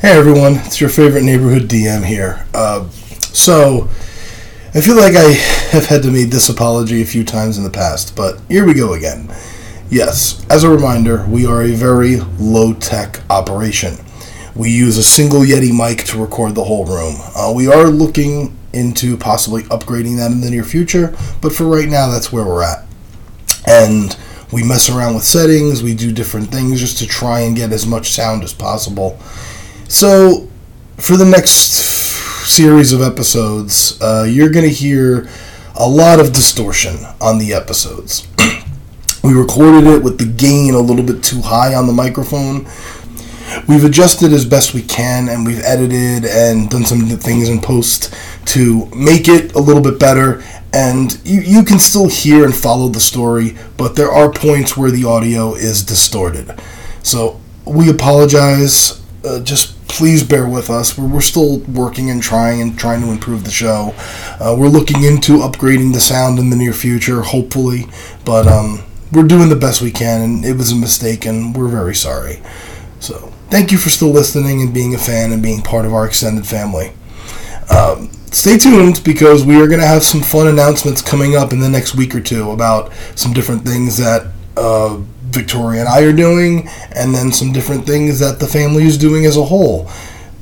Hey everyone, it's your favorite neighborhood DM here. Uh, so, I feel like I have had to make this apology a few times in the past, but here we go again. Yes, as a reminder, we are a very low tech operation. We use a single Yeti mic to record the whole room. Uh, we are looking into possibly upgrading that in the near future, but for right now, that's where we're at. And we mess around with settings, we do different things just to try and get as much sound as possible. So, for the next series of episodes, uh, you're going to hear a lot of distortion on the episodes. we recorded it with the gain a little bit too high on the microphone. We've adjusted as best we can, and we've edited and done some things in post to make it a little bit better. And you, you can still hear and follow the story, but there are points where the audio is distorted. So we apologize. Uh, just please bear with us. We're, we're still working and trying and trying to improve the show. Uh, we're looking into upgrading the sound in the near future, hopefully. But um, we're doing the best we can, and it was a mistake, and we're very sorry. So thank you for still listening and being a fan and being part of our extended family. Um, stay tuned because we are going to have some fun announcements coming up in the next week or two about some different things that uh, Victoria and I are doing, and then some different things that the family is doing as a whole.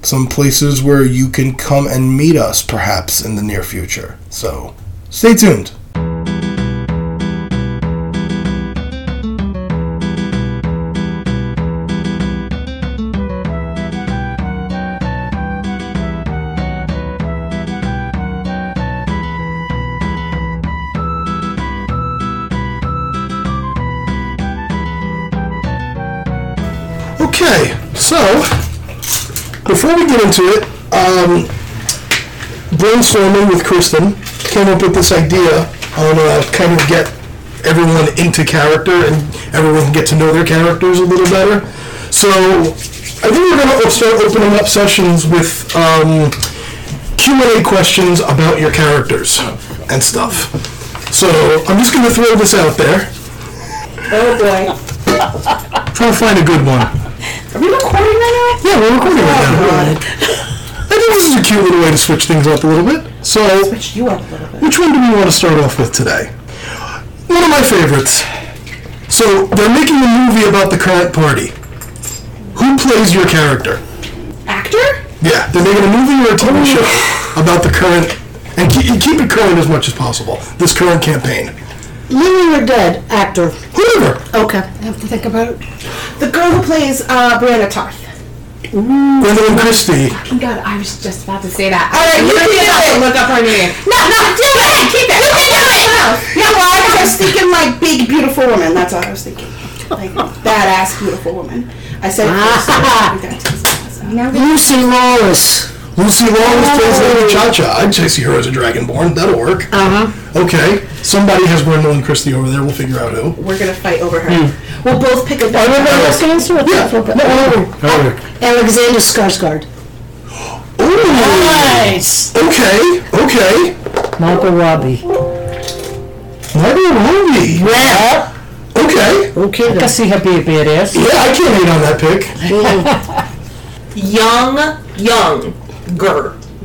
Some places where you can come and meet us perhaps in the near future. So stay tuned. Okay, so before we get into it, um, brainstorming with Kristen came up with this idea on uh, kind of get everyone into character and everyone can get to know their characters a little better. So I think we're going to start opening up sessions with um, Q&A questions about your characters and stuff. So I'm just going to throw this out there. Oh boy. Try to find a good one. Are we recording right Oh, Yeah, we're recording right now. I think this is a cute little way to switch things up a little bit. So, now? Switch you up a little bit. which one do we want to start off with today? One of my favorites. So, they're making a movie about the current party. Who plays your character? Actor? Yeah, they're making a movie or a TV show about the current, and keep, keep it current as much as possible. This current campaign. Living or dead actor. Whoever. Okay, I have to think about it. The girl who plays uh, Brianna Tarth. Um, Gwendolyn Christie. Fucking God, I was just about to say that. All right, you can do it. Look up her name. No, no, do it! Keep it. You can do it. No, well, I was just thinking like big, beautiful woman. That's all I was thinking. Like badass, beautiful woman. I said. Ah. uh, Now that Lucy Lawless. Lucy Lawless plays Lady Cha Cha. I'd chase her as a dragonborn. That'll work. Uh huh. Okay, somebody has Gwendolyn Christie over there. We'll figure out who. we're gonna fight over her. Hmm. We'll both pick a. Everybody else can answer it. Yeah. Oh, Alexander Skarsgård. Ooh. Nice. Okay. Okay. Michael Robbie. Margot Robbie. Yeah. Okay. Okay. I can see her be a badass. Yeah, I can't hate on that pick. Young, younger,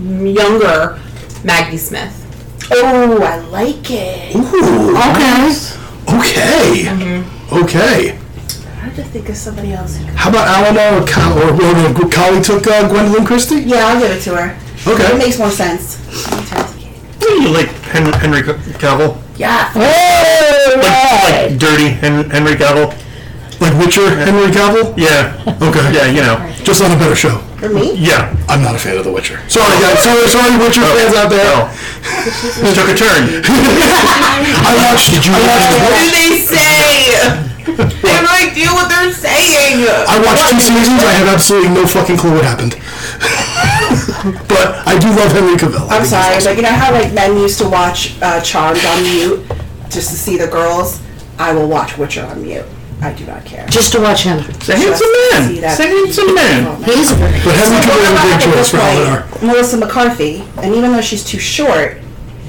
younger Maggie Smith. Oh, I like it. Ooh. Okay. Okay. Okay. I have to think of somebody else. who could- How about Alamo or Col- or, or, or Collie took uh, Gwendolyn Christie? Yeah, I'll give it to her. It Okay. makes more sense. You like Henry, Henry Cavill? Yeah. Like, like dirty Hen, Henry Cavill? Like Witcher, Henry Cavill. Yeah. Okay. Yeah, you know. Just on a better show. For me? Yeah. I'm not a fan of The Witcher. Sorry, guys. Sorry, sorry, Witcher fans out there. Oh. Just took a turn. I watched. Did you What do they say? Have no idea what they're saying. I watched two seasons. I have absolutely no fucking clue what happened. but I do love Henry Cavill. I think I'm he's sorry, awesome. but you know how like men used to watch uh, Charmed on mute just to see the girls? I will watch Witcher on mute. I do not care. Just to watch him. It's a handsome man. It's a handsome man. He's a But Henry Cavill is a great choice for Eleanor. Melissa McCarthy, and even though she's too short,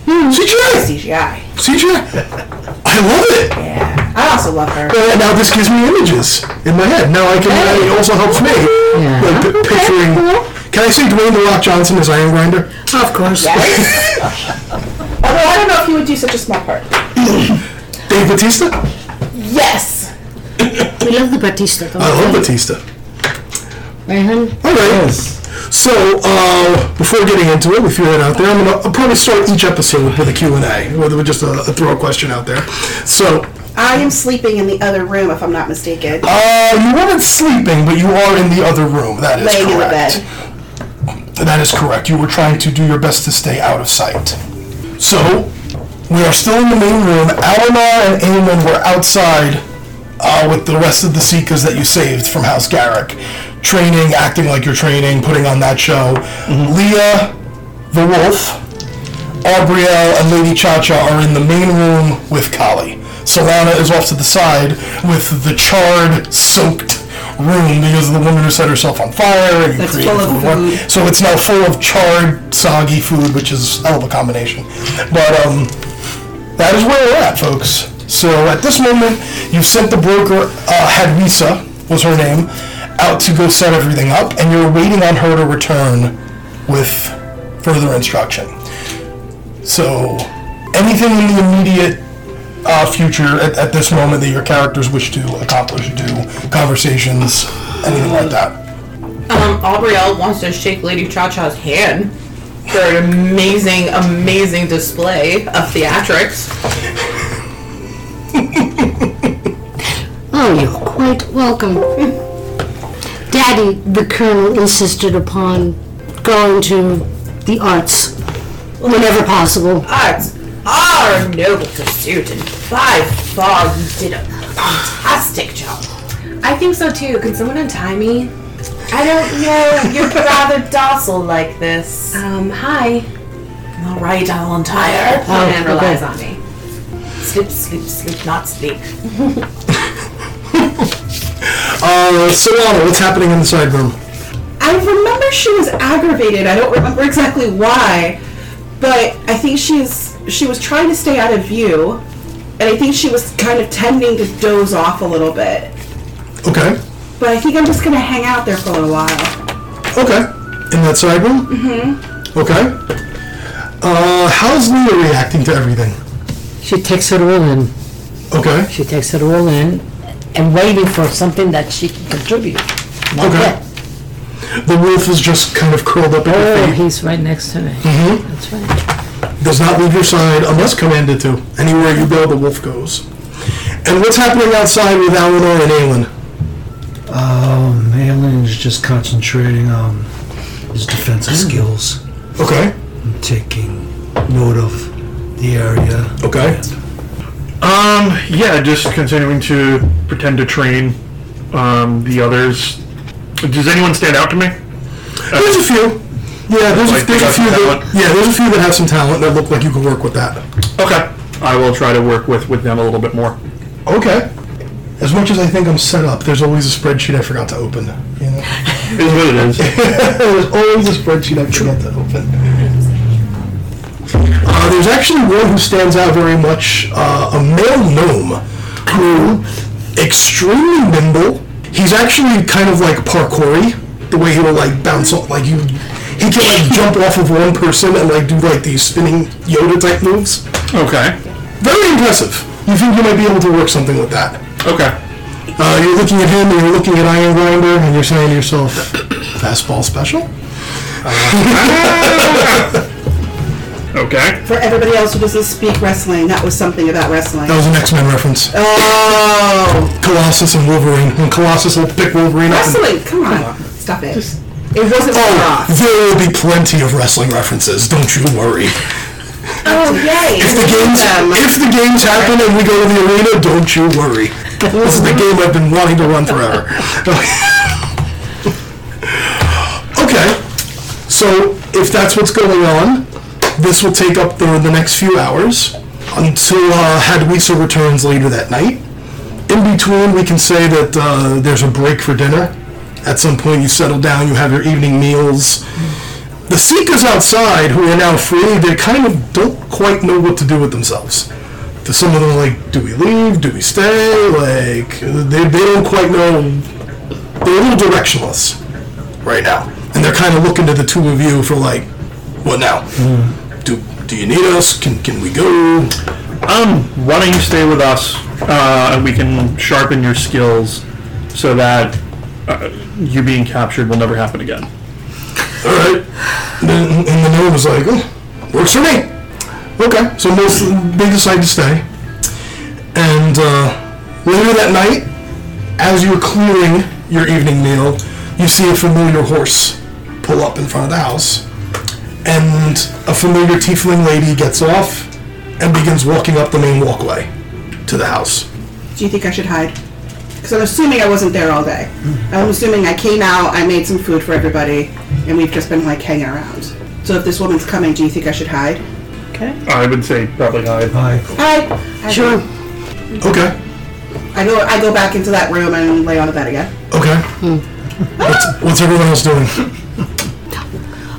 CGI! CGI. CGI! I love it! Yeah. I also love her. Uh, now this gives me images in my head. Now I can. It also helps me. Yeah. Like, p- picturing. Can I say Dwayne the Rock Johnson as Iron Grinder? Of course. Yes. Although I don't know if he would do such a small part. Dave Batista? Yes. We love the Batista. I Oh. love Batista. Right, hun? All right. So uh, before getting into it, we threw it out there. I'm gonna I'll probably start each episode with a Q and A, whether we just uh, throw a question out there. So I am sleeping in the other room, if I'm not mistaken. uh, you weren't sleeping, but you are in the other room. That is Laying in the correct. bed. That is correct. You were trying to do your best to stay out of sight. So, we are still in the main room. Alamar and Eamon were outside uh, with the rest of the Seekers that you saved from House Garrick. Training, acting like you're training, putting on that show. Leah, the wolf, Aubrielle, and Lady Cha Cha are in the main room with Kali. Solana is off to the side with the charred, soaked room because of the woman who set herself on fire and That's created full food of war. food. So it's now full of charred, soggy food, which is a hell of a combination. But um, that is where we're at, folks. So at this moment, you've sent the broker, uh, Hadwisa was her name, out to go set everything up, and you're waiting on her to return with further instruction. So, anything in the immediate uh, future at, at this moment that your characters wish to accomplish, do, conversations, anything like that? Um, Aubrielle wants to shake Lady Cha Cha's hand for an amazing, amazing display of theatrics. Oh, you're quite welcome. Daddy, the colonel, insisted upon going to the arts whenever possible. Arts are noble pursuit, and by far you did a fantastic job. I think so too. Can someone untie me? I don't know. You're rather docile like this. Um, hi. All right, I'll untie her. Oh, man relies on me. Sleep, sleep, sleep, not sleep. Uh, Solana, what's happening in the side room? I remember she was aggravated. I don't remember exactly why, but I think she's she was trying to stay out of view, and I think she was kind of tending to doze off a little bit. Okay. But I think I'm just gonna hang out there for a little while. Okay. In that side room? Mm-hmm. Okay. Uh, how's Leah reacting to everything? She takes it all in. Okay. She takes it all in and waiting for something that she can contribute. Not Okay. yet. The wolf is just kind of curled up in Oh, your feet. he's right next to me. Mm-hmm. That's right. Does not leave your side unless commanded to. Anywhere you go, the wolf goes. And what's happening outside with Eleanor and Aelin? Um, Aelin's just concentrating on his defensive Hmm. skills Okay. and taking note of the area. Okay. Um, yeah, just continuing to pretend to train um, the others. Does anyone stand out to me? There's a few. Yeah, there's a, Like, there's a got few. That, talent? yeah, there's a few that have some talent that look like you could work with that. Okay. I will try to work with, with them a little bit more. Okay. As much as I think I'm set up, there's always a spreadsheet I forgot to open. You know. It is what it is. there's always a spreadsheet I forgot to open. Uh, there's actually one who stands out very much, uh, a male gnome, who extremely nimble. He's actually kind of like parkoury, the way he will like bounce off, like you. He can like jump off of one person and like do like these spinning Yoda type moves. okay. Very impressive. You think you might be able to work something with that? Okay. Uh, you're looking at him, and you're looking at Iron Grinder, and you're saying to yourself, "Fastball special." Okay. For everybody else who doesn't speak wrestling, that was something about wrestling. That was an X Men reference. Oh, Colossus and Wolverine. When Colossus will pick Wolverine up. And- wrestling! Come on, stop it. It wasn't oh, far off. there will be plenty of wrestling references. Don't you worry. Oh yay! If the games, if the games happen and we go to the arena, don't you worry. This is the game I've been wanting to run forever. okay, so if that's what's going on, this will take up the, the next few hours until uh, Hadwisa returns later that night. In between, we can say that uh, there's a break for dinner. At some point, you settle down, you have your evening meals. The seekers outside, who are now free, they kind of don't quite know what to do with themselves. The- Some of them are like, do we leave? Do we stay? Like, they, they don't quite know. They're a little directionless right now. And they're kind of looking to the two of you for, like, what now? Do, do you need us? Can, can we go? Um, why don't you stay with us, uh, and we can sharpen your skills so that uh, you being captured will never happen again. all right. Then, and the gnome was like, oh, works for me. Okay, so most they decide to stay. And uh, later that night, as you're clearing your evening meal, you see a familiar horse pull up in front of the house, and a familiar tiefling lady gets off and begins walking up the main walkway to the house. Do you think I should hide? Because I'm assuming I wasn't there all day. I'm assuming I came out, I made some food for everybody, and we've just been like hanging around. So if this woman's coming, do you think I should hide? I would say probably hide. Hi. Hide. Sure. Okay, I go. I go back into that room and lay on the bed again. okay. What's, what's everyone else doing?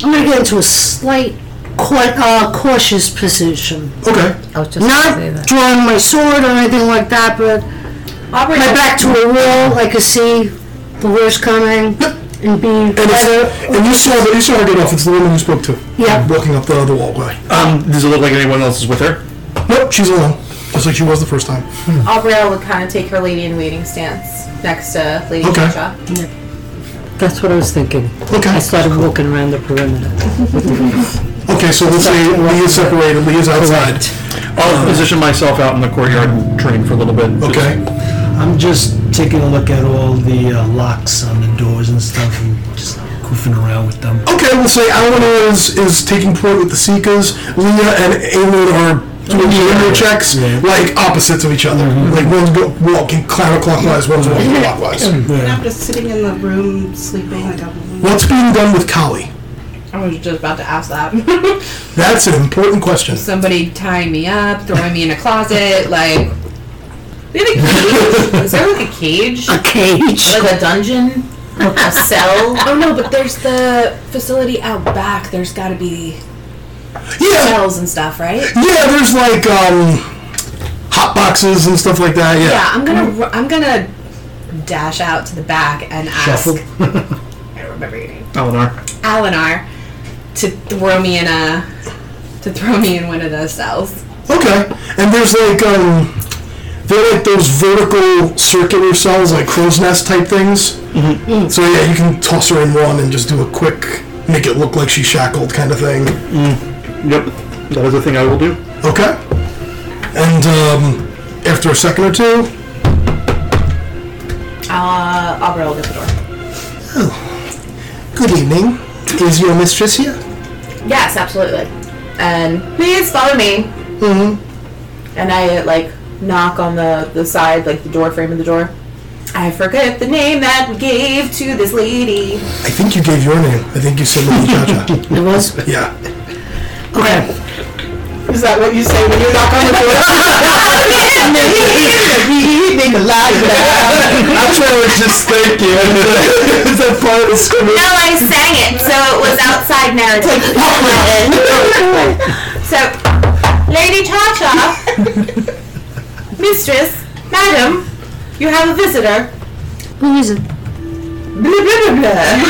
I'm gonna get into a slight cau- uh, cautious position. Okay, I was just gonna say Not that. drawing my sword or anything like that, but Aubrey, my back to a wall, I could see the worst coming and being And, better. it's, and you saw you saw her get off. It's the woman you spoke to. Yeah. Walking up the, the walkway. Um, does it look like anyone else is with her? Nope, she's alone. Just like she was the first time. Aubrey would kind of take her lady in waiting stance next to Lady Okay. Chacha. That's what I was thinking. Okay. I started walking around the perimeter. Okay, so let's say Leah's separated. Leah's outside. Oh, I'll position myself out in the courtyard and train for a little bit. Okay. I'm just taking a look at all the uh, locks on the doors and stuff and just goofing around with them. Okay, we'll say Alana is, is taking point with the Seekers. Leah and Aelin are doing gender checks, Yeah. like opposites of each other. Like one's go- walking counterclockwise, one's walking clockwise. And I'm just sitting in the room sleeping. Like I'm, What's being done with Kali? I was just about to ask that. That's an important question. Somebody tying me up, throwing me in a closet, like. They have a cage. Is there like a cage? A cage. Like a dungeon? A cell? Oh no, but there's the facility out back. There's got to be Yeah, cells and stuff, right? yeah. There's like um, hot boxes and stuff like that. Yeah, I'm gonna ru- I'm gonna dash out to the back and ask. Shuffle. I don't remember your name, Eleanor. Alinar, to throw me in a to throw me in one of those cells. Okay. And there's like um they're like those vertical circular cells, like crow's nest type things. Mm-hmm. So yeah, you can toss her in one and just do a quick make it look like she's shackled kind of thing. Yep. That is a thing I will do. Okay. And um after a second or two, Uh, Aubrey will get the door. good evening. Is your mistress here? Yes, absolutely. And please follow me. Mm-hmm. And I like knock on the the side, like the door frame of the door. I forget the name that we gave to this lady. I think you gave your name. I think you said Lady Jaja. It was. Yeah. Okay. is that what you say when you knock on the door? That's what I was just thinking. Is that part of screaming? No, I sang it, so it was outside narrative. so, Lady Cha Cha, Mistress, Madam, you have a visitor. Who is it? Blah blah blah blah.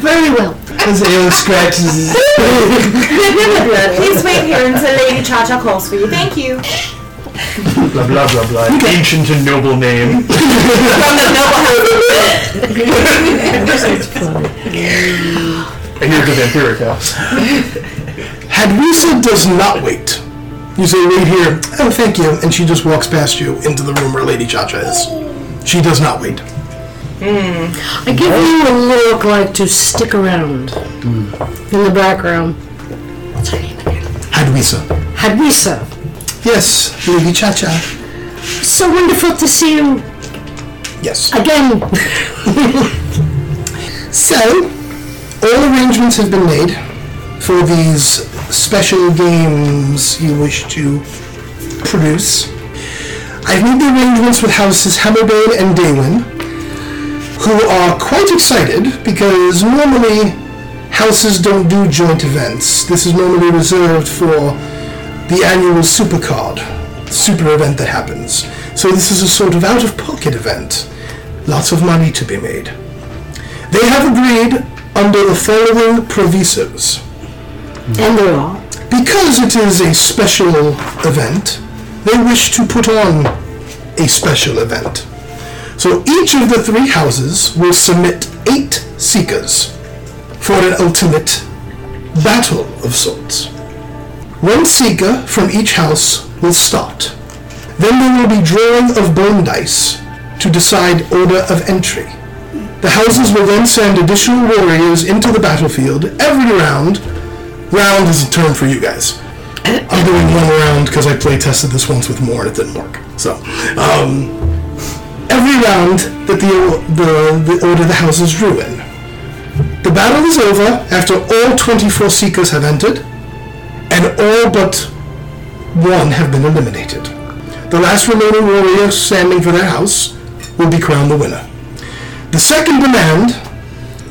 Very well. As Aeon scratches his Blah, blah, blah, blah. Please wait here until Lady Cha Cha calls for you. Thank you. Blah blah blah blah. Ancient and noble name. From the noble house. And here's the Vampirica. Had Lisa does not wait. You say, wait here. Oh, thank you. And she just walks past you into the room where Lady Chacha is. She does not wait. I give you a look like to stick around in the background. What's her name again? Hadwisa. Hadwisa. Yes, Lady Chacha. So wonderful to see you Yes. again. So, all arrangements have been made for these special games you wish to produce. I've made the arrangements with houses Hammerbane and Daywin, who are quite excited because normally houses don't do joint events. This is normally reserved for the annual Supercard super event that happens. So this is a sort of out of pocket event. Lots of money to be made. They have agreed under the following provisos. And there are. Because it is a special event, they wish to put on a special event. So each of the three houses will submit eight seekers for an ultimate battle of sorts. One seeker from each house will start. Then there will be drawing of bone dice to decide order of entry. The houses will then send additional warriors into the battlefield every round round is a term for you guys. I'm doing one round because I play tested this once with more and it didn't work. So, um, every round that the, the, the Order of the House is ruined. The battle is over after all 24 Seekers have entered, and all but one have been eliminated. The last remaining warrior standing for their house will be crowned the winner. The second demand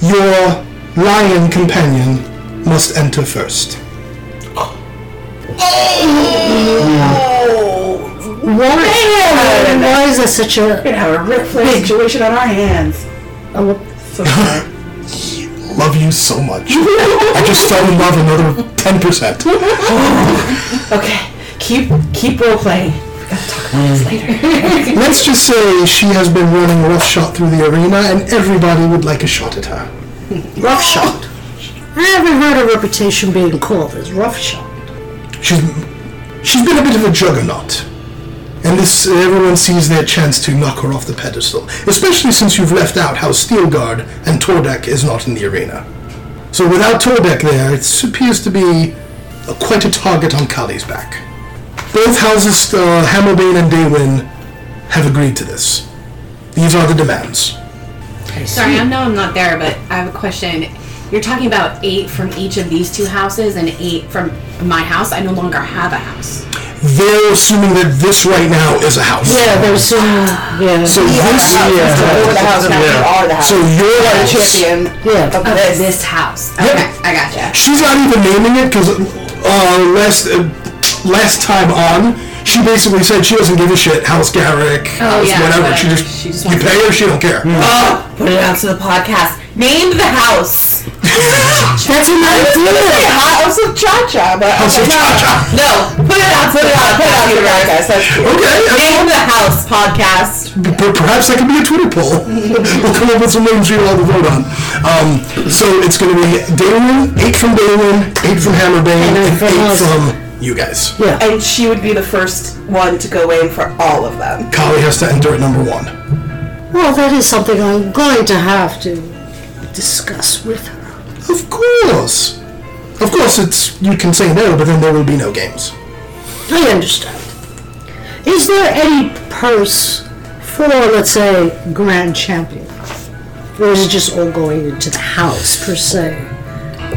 your lion companion must enter first. Why, why is that such a. We're gonna have a Ric Flair situation on our hands. a Love you so much. I just fell in love another 10%. Okay, keep keep role playing. Let's just say she has been running roughshod through the arena and everybody would like a shot at her. rough shot? I haven't heard a reputation being called as rough shot. She's, she's been a bit of a juggernaut. And this everyone sees their chance to knock her off the pedestal, especially since you've left out how Steelguard and Tordek is not in the arena. So without Tordek there, it appears to be a, quite a target on Kali's back. Both houses, uh, Hammerbane and Daywin, have agreed to this. These are the demands. Sorry, I know I'm not there, but I have a question. You're talking about eight from each of these two houses and eight from my house. I no longer have a house. They're assuming that this right now is a house. Yeah, there's yeah. So this, Over the house, now you are the house. so your house. champion Yeah. of Of this. this house. Okay, I gotcha. She's not even naming it because uh, last uh, last time on, she basically said she doesn't give a shit. House Garrick, house yeah, whatever. whatever. She just She just you wants- pay her, she don't care. Oh, put it out to the podcast. Name the house. That's an idea! House of Cha Cha, but House of okay, no, Cha-Cha. No, put it out. Put it out. Put it out to the podcast. That's cool. Okay, Name the house podcast. uh, per- perhaps that could be a Twitter poll. we'll come up with some names for you all to vote on. Um, so it's going to be Daywin, eight from Daywin, eight from Hammerbane, and from eight us. from you guys. And she would be the first one to go in for all of them. Kali has to enter at number one. Well, that is something I'm going to have to discuss with her. Of course. Of course, it's you can say no, but then there will be no games. I understand. Is there any purse for, let's say, grand champion? Or is it just all going into the house, per se?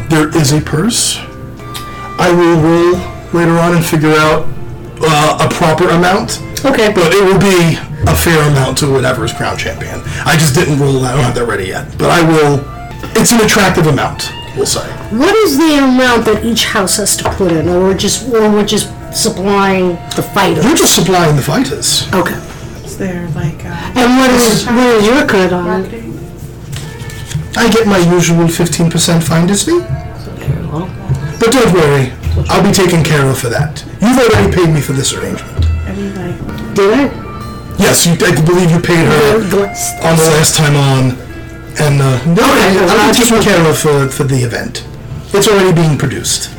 There is a purse. I will roll later on and figure out uh, a proper amount, Okay, but it will be a fair amount to whatever is crown champion. I just didn't roll that. I don't have that ready yet, but I will. It's an attractive amount, we'll say. what is the amount that each house has to put in, or we're just, or we're just supplying the fighter? You're just supplying the fighters. Okay. Is there like uh, And what is, what is your cut on it? I get my usual 15% finder's fee. But don't worry, I'll be taken care of for that. You've already paid me for this arrangement. any like Did I? Yes, you, I believe you paid her on the last time on, and uh, no, I'm taking care of for, for the event. It's already being produced.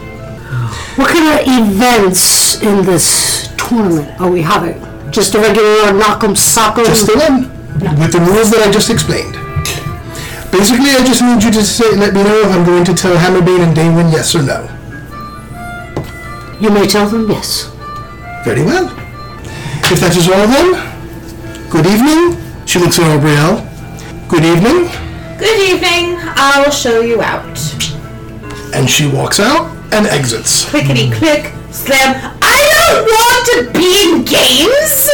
What kind of events in this tournament are we having? Just a regular knock 'em, sock 'em? Just the one with the rules that I just explained. Basically, I just need you to say, let me know if I'm going to tell Hammerbane and Daywin yes or no. You may tell them yes. Very well. If that is all, then good evening. She looks at Aubrielle. Good evening, Good evening. I'll show you out. and she walks out and exits. Clickety click, slam. I don't want to be in games.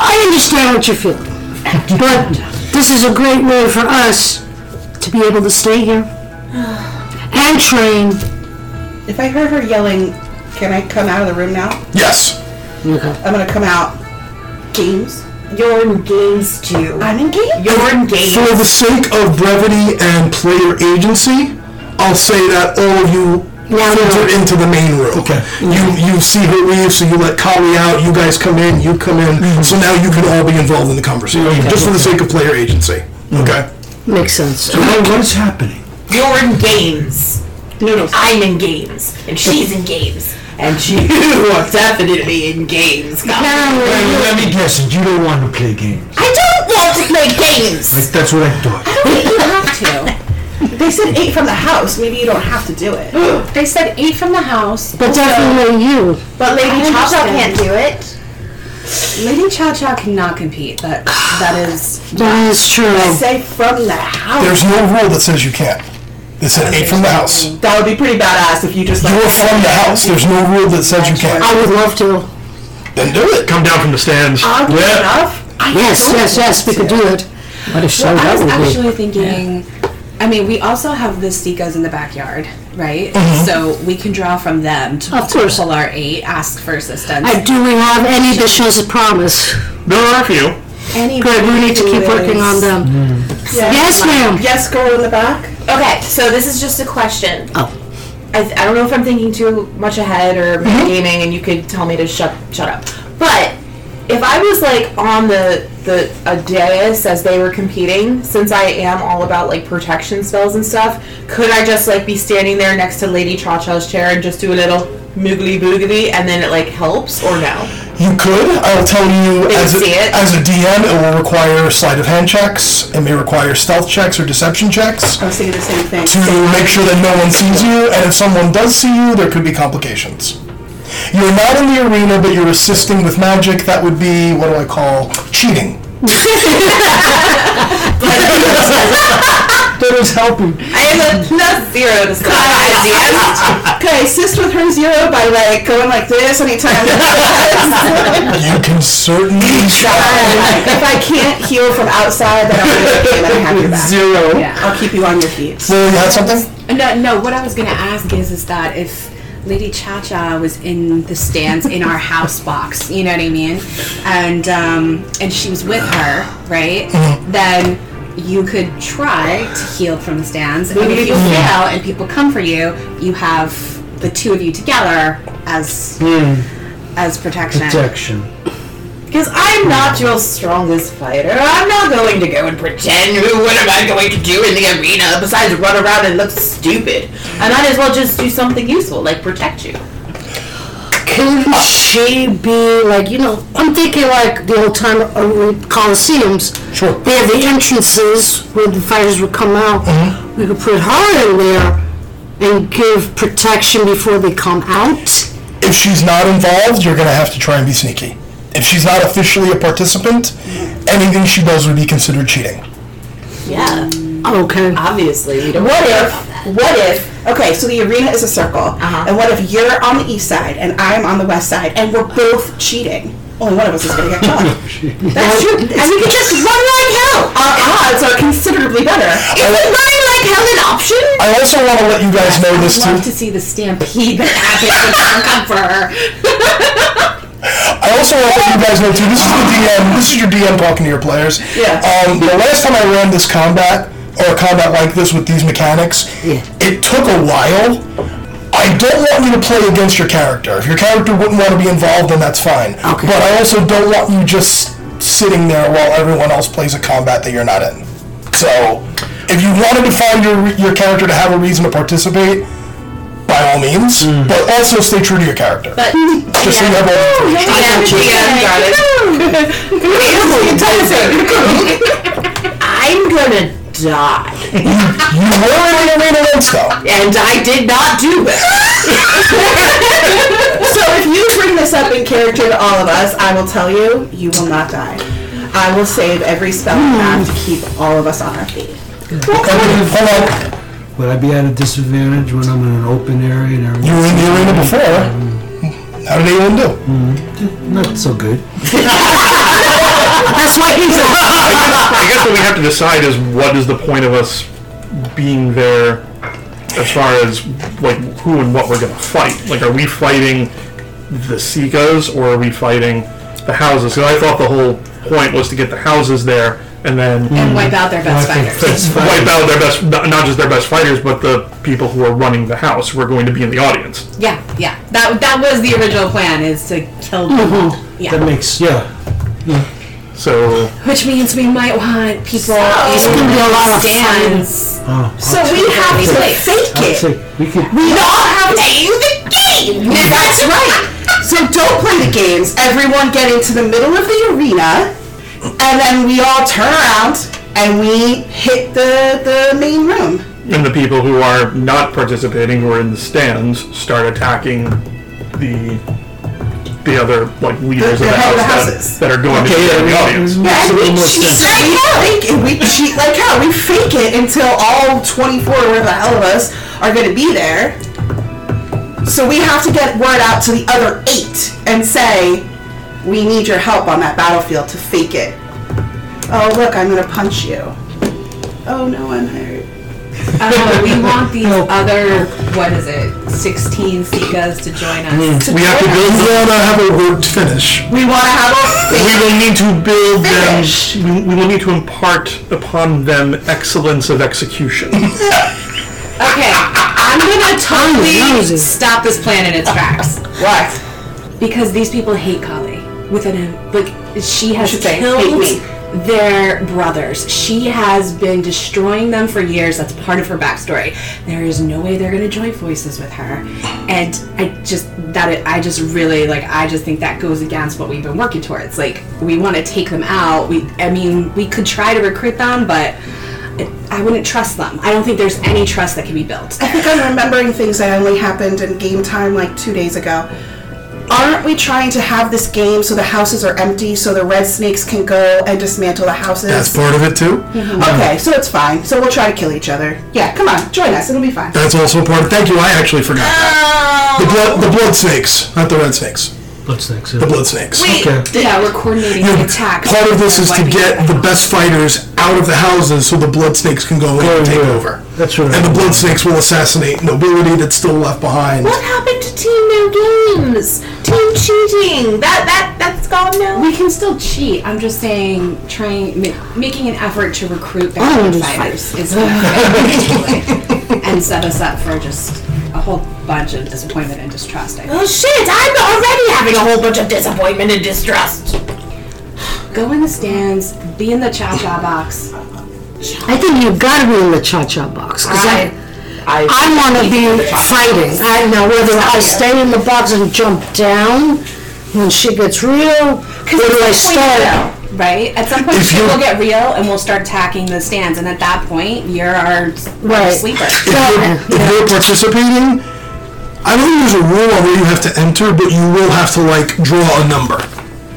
I understand what you're feeling, but this is a great way for us to be able to stay here and train. If I heard her yelling, can I come out of the room now? Yes. I'm gonna come out. Games? You're engaged to. I'm in games. You're engaged. For the sake of brevity and player agency, I'll say that all of you filter into the main room. Okay. You you see her leave, so you let Kali out. You guys come in. You come in. Mm-hmm. So now you can all be involved in the conversation, just for the sake of player agency. Mm-hmm. Okay. Makes sense. What, what is happening? You're in games. No, no. I'm in games. And she's in games. And you are definitely in games. Wait, I let me guess. You don't want to play games. don't want to play games. Like, that's what I thought. They said eight from the house. Maybe you don't have to do it. They said eight from the house. But definitely you. But Lady I Chacha understand. can't do it. Lady Chow Chow cannot compete. That that is That is true. Say from the house. There's no rule that says you can't. They said eight from the house. that would be pretty badass if you just like. You're from the house. There's no rule that says you can't. I would love to. Then do it. Come down from the stands. Oddly Yeah. enough, I Yes, don't yes, want yes. We to. could do it. What a show Well, I that was Mm-hmm. would be. actually thinking. I mean, we also have the Sikas in the backyard, right? So we can draw from them to Mm-hmm. Of course. pull our eight, ask for assistance. Uh, do we have any that shows a promise? There are a few. Anybody Good. We need to who keep working is- on them. Yes, ma'am. Yes, girl in the back. Okay, so this is just a question. Oh. I, I don't know if I'm thinking too much ahead or gaming, and you could tell me to shut shut up. But if I was like on the the a dais as they were competing, since I am all about like protection spells and stuff, could I just like be standing there next to Lady Cha Cha's chair and just do a little moogly boogly, and then it like helps or no? You could. I'll tell you They as a, see it? as a DM, it will require sleight of hand checks. It may require stealth checks or deception checks I was thinking the same thing. to make sure that no one sees you. And if someone does see you, there could be complications. You're not in the arena, but you're assisting with magic. That would be what do I call cheating? That is helping. I am a plus zero to spell ideas. Could I assist with her zero by like going like this anytime? You can certainly try. if I can't heal from outside, then I'll be okay. Then I have your back. Zero. I'll keep you on your feet. Lily, Oh, you had something? No, no. What I was gonna ask is, is that if Lady Cha Cha was in the stands in our house box, you know what I mean, and um, and she was with her, right? Mm-hmm. Then you could try to heal from the stands, and if you Mm-hmm. fail and people come for you, you have the two of you together as as protection. Protection. Because I'm not your strongest fighter. I'm not going to go and pretend. What am I going to do in the arena besides run around and look stupid? I might as well just do something useful, like protect you. Can she be like you know? I'm thinking like the old time uh, coliseums. Sure. They have the entrances where the fighters would come out. We could put her in there and give protection before they come out. If she's not involved, you're going to have to try and be sneaky. If she's not officially a participant, anything she does would be considered cheating. Yeah, Okay. obviously we don't. What if? What if? Okay, so the arena is a circle, and what if you're on the east side and I'm on the west side, and we're both cheating? Only one of us is going to get Oh, caught. That's true. And we can just run like hell. Our Uh-huh. odds are considerably better. Is running like hell an option? I also want to let you guys know this Love too. to see the stampede that happens when people come for her. I also want to let you guys know too. This is the DM. This is your DM talking to your players. Yeah. Um, the last time I ran this combat or a combat like this with these mechanics, it took a while. I don't want you to play against your character. If your character wouldn't want to be involved, then that's fine. Okay. But I also don't want you just sitting there while everyone else plays a combat that you're not in. So, if you wanted to find your your character to have a reason to participate, by all means, but also stay true to your character. But Just so you have all the information. Yeah, yeah, got it. I'm gonna die, You were in the arena once, though. and I did not do it. So if you bring this up in character to all of us, I will tell you, you will not die. I will save every spell I have to keep all of us on our feet. Hold on. Would I be at a disadvantage when I'm in an open area and You were in everything? the arena before. How did anyone do? Not so good. That's why he's I guess, I guess what we have to decide is what is the point of us being there as far as like who and what we're gonna fight. Like, are we fighting the Seekers or are we fighting the houses? Because I thought the whole point was to get the houses there and then and wipe out their best fighters. That's fine. wipe out their best, not not just their best fighters, but the people who are running the house who are going to be in the audience. Yeah, yeah. That that was the original plan is to kill them. all. Mm-hmm. That Yeah, makes, yeah. So which means we might want people Oh, It's in gonna be a lot the of fun. stands. Oh, So we have to Take- fake I'll it. take, we could, We all have to play the game. That's right. So don't play the games. Everyone get into the middle of the arena, and then we all turn around and we hit the the main room. and the people who are not participating who are in the stands start attacking the the other like leaders The- of the the head house of the houses. that, that are going to Okay, be yeah, in the we- audience. Yeah, and we more cheat sense. like hell. We, and we cheat like hell. We fake it until all 24 or whatever the hell of us are going to be there. So we have to get word out to the other eight and say, we need your help on that battlefield to fake it. Oh, look, I'm going to punch you. Oh, no, I'm hurt. Oh, Uh, we want these other what is it, sixteen Sikas to join us. We have to build. We want to have a worked finish. We want to have a We fake. will need to build them. Finish. We, we will need to impart upon them excellence of execution. Okay, I'm gonna totally Rosie. stop this plan in its tracks What? because these people hate Kali with an like she has should say, killed hate me. their brothers. She has been destroying them for years. That's part of her backstory. There is no way they're gonna join voices with her, and I just that I just really like I just think that goes against what we've been working towards. Like we want to take them out. We I mean we could try to recruit them, but. I- I wouldn't trust them. I don't think there's any trust that can be built. I think I'm remembering things that only happened in game time like two days ago. Aren't we trying to have this game so the houses are empty so the red snakes can go and dismantle the houses? That's part of it too. okay, so it's fine. So we'll try to kill each other. Yeah, come on, join us. It'll be fine. That's also part. thank you. I actually forgot that. The blood, the blood snakes, not the red snakes. let's next. The blood snakes. Okay. Yeah, we're coordinating the attack. Part of this is to Wiping get them the out. best fighters out of the houses so the blood snakes can go in Go and take over. over. That's what I And the blood want. snakes will assassinate nobility that's still left behind. What happened to team no games? Team cheating. That that that's gone now. We can still cheat. I'm just saying, trying ma- making an effort to recruit better fighters is gonna- and set us up for just a whole bunch of disappointment and distrust. I think. Oh shit! I'm already having a whole bunch of disappointment and distrust. Go in the stands, be in the cha-cha box. I think you've got to be in the cha-cha box because I, I, want to be fighting. I don't know whether I stay in the box and jump down when she gets real, where do I start? Right? At some point, shit will get real and we'll start attacking the stands. And at that point, you're our, our Right. sleeper. Well, If you're participating, I don't think there's a rule on where you have to enter, but you will have to like draw a number,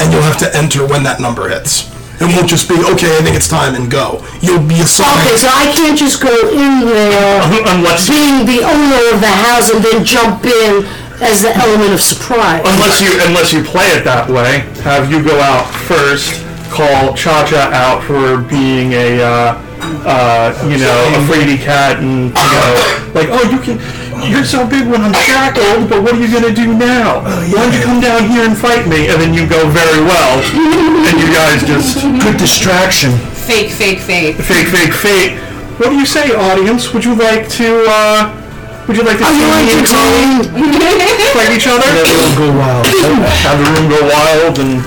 and you'll have to enter when that number hits. It won't just be okay. I think it's time and go. You'll be assigned. Okay, so I can't just go in there unless being the owner of the house and then jump in as the element of surprise. Unless you unless you play it that way, have you go out first, call Cha Cha out for being a uh, uh, you know a fraidy cat, and you know like oh you can you're so big when I'm shackled, but what are you gonna do now? Why don't you come down here and fight me? And then you go very well, and you guys just Good distraction. Fake, fake, fake. fake fake fake. What do you say, audience? Would you like to? Uh, would you like Oh, to see me and Colleen fight each other? Let it go wild. Have the room go wild and.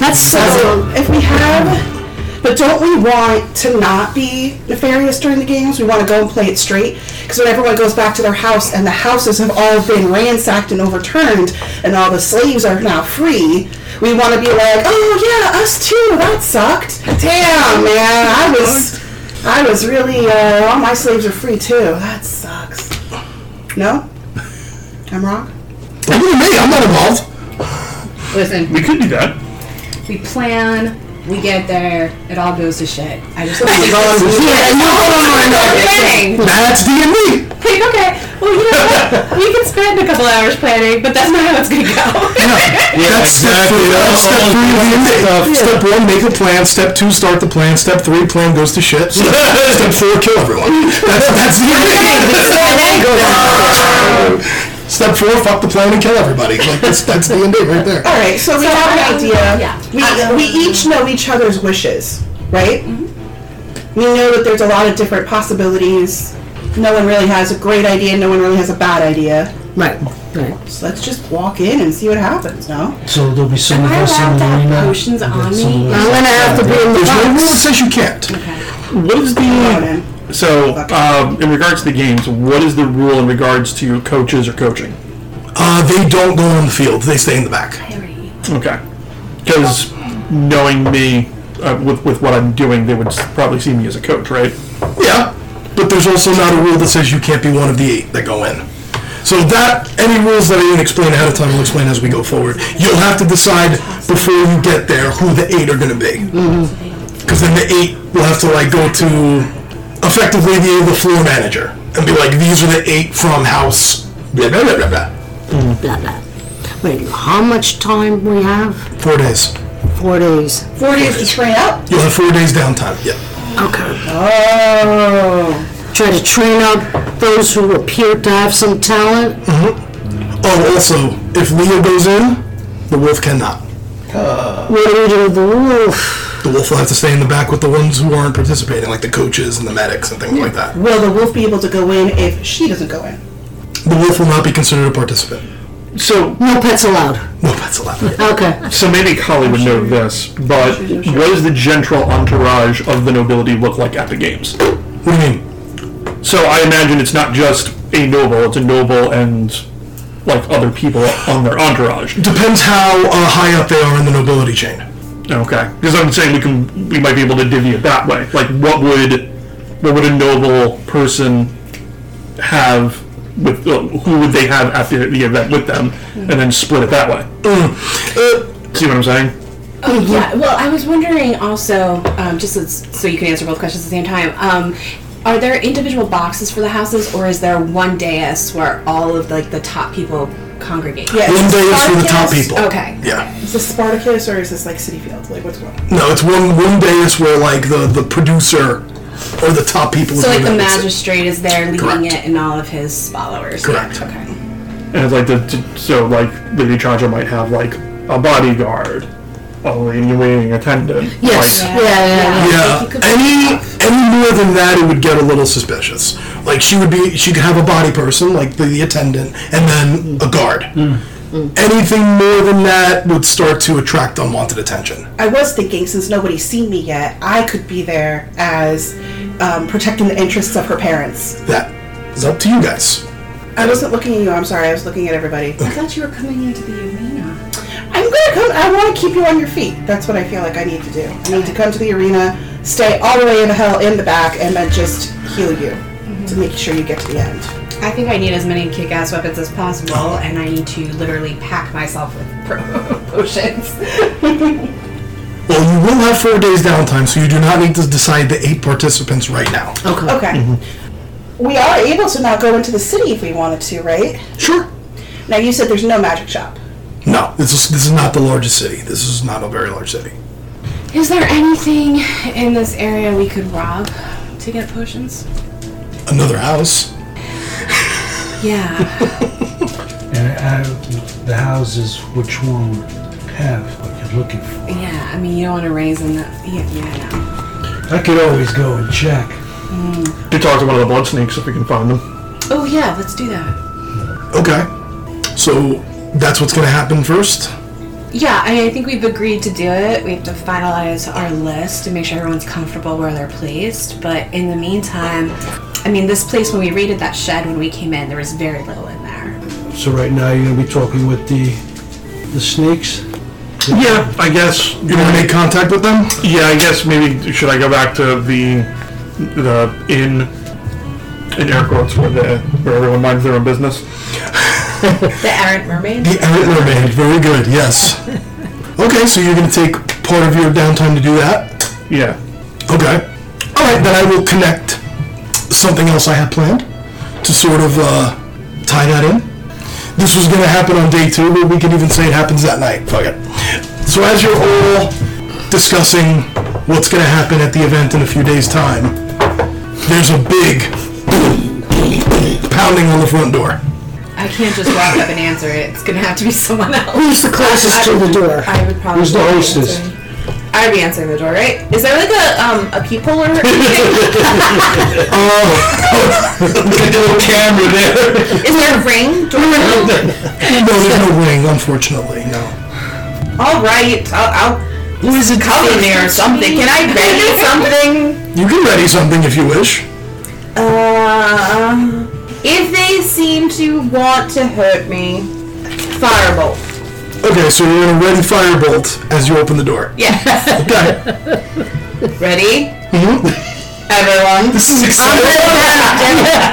That's, So if we have, but don't we want to not be nefarious during the games? We want to go and play it straight because when everyone goes back to their house and the houses have all been ransacked and overturned and all the slaves are now free, we want to be like, oh yeah, us too. That sucked. Damn, man, I was, I was really. Uh, all my slaves are free too. That sucks. No, I'm wrong. Look at me. I'm not involved. Listen, We could do that. We plan, we get there, it all goes to shit. I just yeah, no, no, no, no. Planning. That's D and D. Like, okay, Well, you know what? We can spend a couple hours planning, but that's not how it's going to go. That's step three. That's step three of the invade. Uh, Step one, make the plan. Step two, start the plan. Step three, plan goes to shit. Step, step four, kill everyone. That's, that's the invade. Step four, fuck the plan and kill everybody. Like that's that's the invade right there. All right, so we have an idea. yeah. We, we each know each other's wishes, right? We know that there's a lot of different possibilities. No one really has a great idea. No one really has a bad idea. Right, right. So let's just walk in and see what happens. No. So there'll be some Am of I us in allowed the to have arena. potions We'll get on some me? of us I'm gonna have to be in the There's no rule box. that says you can't. What is Come on the in. so um, in regards to the games? What is the rule in regards to coaches or coaching? Uh, they don't go on the field. They stay in the back. Okay, because knowing me uh, with with what I'm doing, they would s- probably see me as a coach, right? Yeah, but there's also not a rule that says you can't be one of the eight that go in. So that any rules that I didn't explain ahead of time, I'll explain as we go forward. You'll have to decide before you get there who the eight are going to be, because then the eight will have to like go to effectively the the floor manager and be like, these are the eight from house blah blah blah blah. blah. Blah, blah. Wait, how much time we have? Four days. Four days. Four days to train up. You'll have four days downtime. Yeah. Okay. Oh. Try to train up those who appear to have some talent. Oh, also, if Leo goes in, the wolf cannot. What do we do with the wolf? The wolf will have to stay in the back with the ones who aren't participating, like the coaches and the medics and things like that. Will the wolf be able to go in if she doesn't go in? The wolf will not be considered a participant. So No pets allowed. No, that's allowed. Okay. so maybe Kali would know this, but what does the general entourage of the nobility look like at the games? What do you mean? So I imagine it's not just a noble; it's a noble and like other people on their entourage. Depends how uh, high up they are in the nobility chain. Okay, because I'm saying we can we might be able to divvy it that way. Like, what would what would a noble person have with uh, who would they have at the, the event with them, and then split it that way? Mm. See what I'm saying? yeah. Well, I was wondering also, um, just so, so you can answer both questions at the same time. Um, are there individual boxes for the houses, or is there one dais where all of like the top people congregate? Yeah. One day is for the top Spartacus? people. Okay. Yeah. Is this Spartacus or is this like City Field? Like what's going? on? No, it's one one day is where like the the producer or the top people. So of like the event is- magistrate is there leading Correct. it, and all of his followers. Correct. Yeah, okay. And it's like the t- so like Lady Chacha might have like a bodyguard, a lady waiting attendant. Yes. Like, Yeah, yeah, Yeah. Any any more than that, it would get a little suspicious. Like she would be, she could have a body person, like the, the attendant, and then a guard. Anything more than that would start to attract unwanted attention. I was thinking since nobody's seen me yet, I could be there as um, protecting the interests of her parents. That is up to you guys. I wasn't looking at you. I'm sorry. I was looking at everybody. I thought you were coming into the arena. I'm gonna come. I want to keep you on your feet. That's what I feel like I need to do. I need to come to the arena, stay all the way in the hell in the back, and then just heal you to make sure you get to the end. I think I need as many kick-ass weapons as possible, and I need to literally pack myself with pro- potions. Well, you will have four days downtime, so you do not need to decide the eight participants right now. Okay. We are able to now go into the city if we wanted to, right? Sure. Now you said there's no magic shop. No, this is this is not the largest city. This is not a very large city. Is there anything in this area we could rob to get potions? Another house. Yeah. And I, the houses, which one have what you're looking for? yeah. I mean, you don't want to raise in the. Yeah, yeah, I know. I could always go and check. to talk to one of the blood snakes if we can find them. Oh, yeah, let's do that. Okay. So that's what's going to happen first. Yeah, I, mean, I think we've agreed to do it. We have to finalize our list and make sure everyone's comfortable where they're placed. But in the meantime, I mean, this place, when we raided that shed when we came in, there was very little in there. So right now you're gonna be talking with the the snakes. Yeah, I guess You want to make contact with them? Yeah, I guess maybe should I go back to the the inn in air quotes where the where everyone minds their own business. The errant mermaid? The errant mermaid. Very good. Yes. Okay, so you're going to take part of your downtime to do that. Yeah. Okay. All right, then I will connect something else I have planned to sort of uh, tie that in. This was gonna happen on day two, but we can even say it happens that night. Fuck it. So as you're all discussing what's gonna happen at the event in a few days' time, there's a big boom, boom, boom, pounding on the front door. I can't just walk up and answer it. It's gonna have to be someone else. Who's the closest to the door? I would probably. Who's the be hostess? answering- I would be answering the door, right? Is there like a um a peephole or anything? Little camera there. Is there a ring? Door ring? No, there's no ring, unfortunately. No. All right, I'll, I'll Who is it? come in there or something. Can I ready something? You can ready something if you wish. Uh, if they seem to want to hurt me, firebolt. Okay, so you're gonna ready firebolt as you open the door. Yes. Okay. Ready? Mhm. Mm-hmm. Everyone. This is exciting.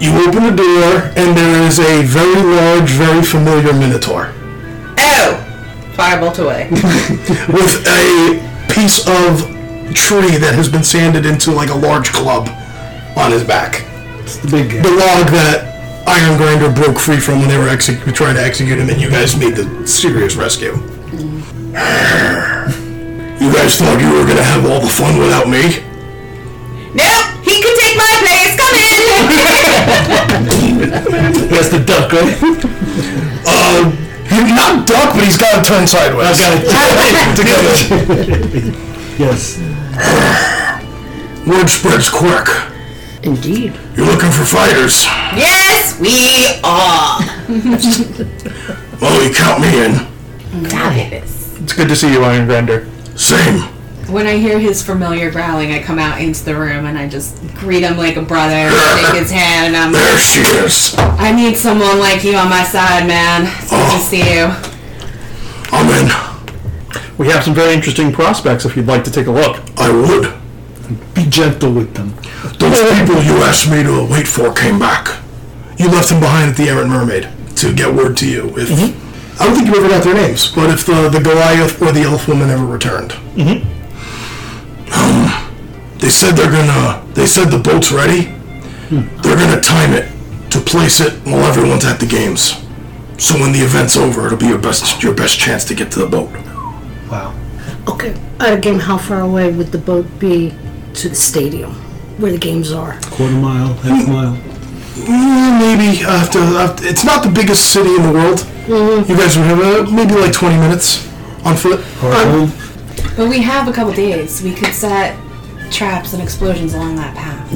You open the door, and there is a very large, very familiar minotaur Oh! Firebolt away. with a piece of tree that has been sanded into like a large club on his back. The big guy. The log that Iron Grinder broke free from when they were exec- trying to execute him, and you guys made the serious rescue. you guys thought you were gonna have all the fun without me? Nope! He could take my place! Come in! That's the duck, eh? right? uh, he's not duck, but he's got to turn sideways. I've got to together. Yes. Word spreads quick. Indeed. You're looking for fighters. yes, we are! Well, you count me in. It's good to see you, Iron Grinder. Same. When I hear his familiar growling, I come out into the room and I just greet him like a brother, shake his hand, and I'm There she is. Oh, I need someone like you on my side, man. It's good to see you. I'm in. We have some very interesting prospects if you'd like to take a look. I would. Be gentle with them. Those people you asked me to wait for came back. You left them behind at the Errant Mermaid to get word to you. If Mm-hmm. I don't think you ever got their names, but if the, the Goliath or the Elf Woman ever returned. Mm-hmm. Um, they said they're gonna. They said the boat's ready. They're gonna time it to place it while everyone's at the games. So when the event's over, it'll be your best your best chance to get to the boat. Wow. Okay, uh, again, how far away would the boat be to the stadium where the games are? Quarter mile, half mile. Mm, Maybe I have to, I have to- It's not the biggest city in the world. You guys would have uh, maybe like 20 minutes on foot. Um, Or home. But we have a couple days. We could set traps and explosions along that path.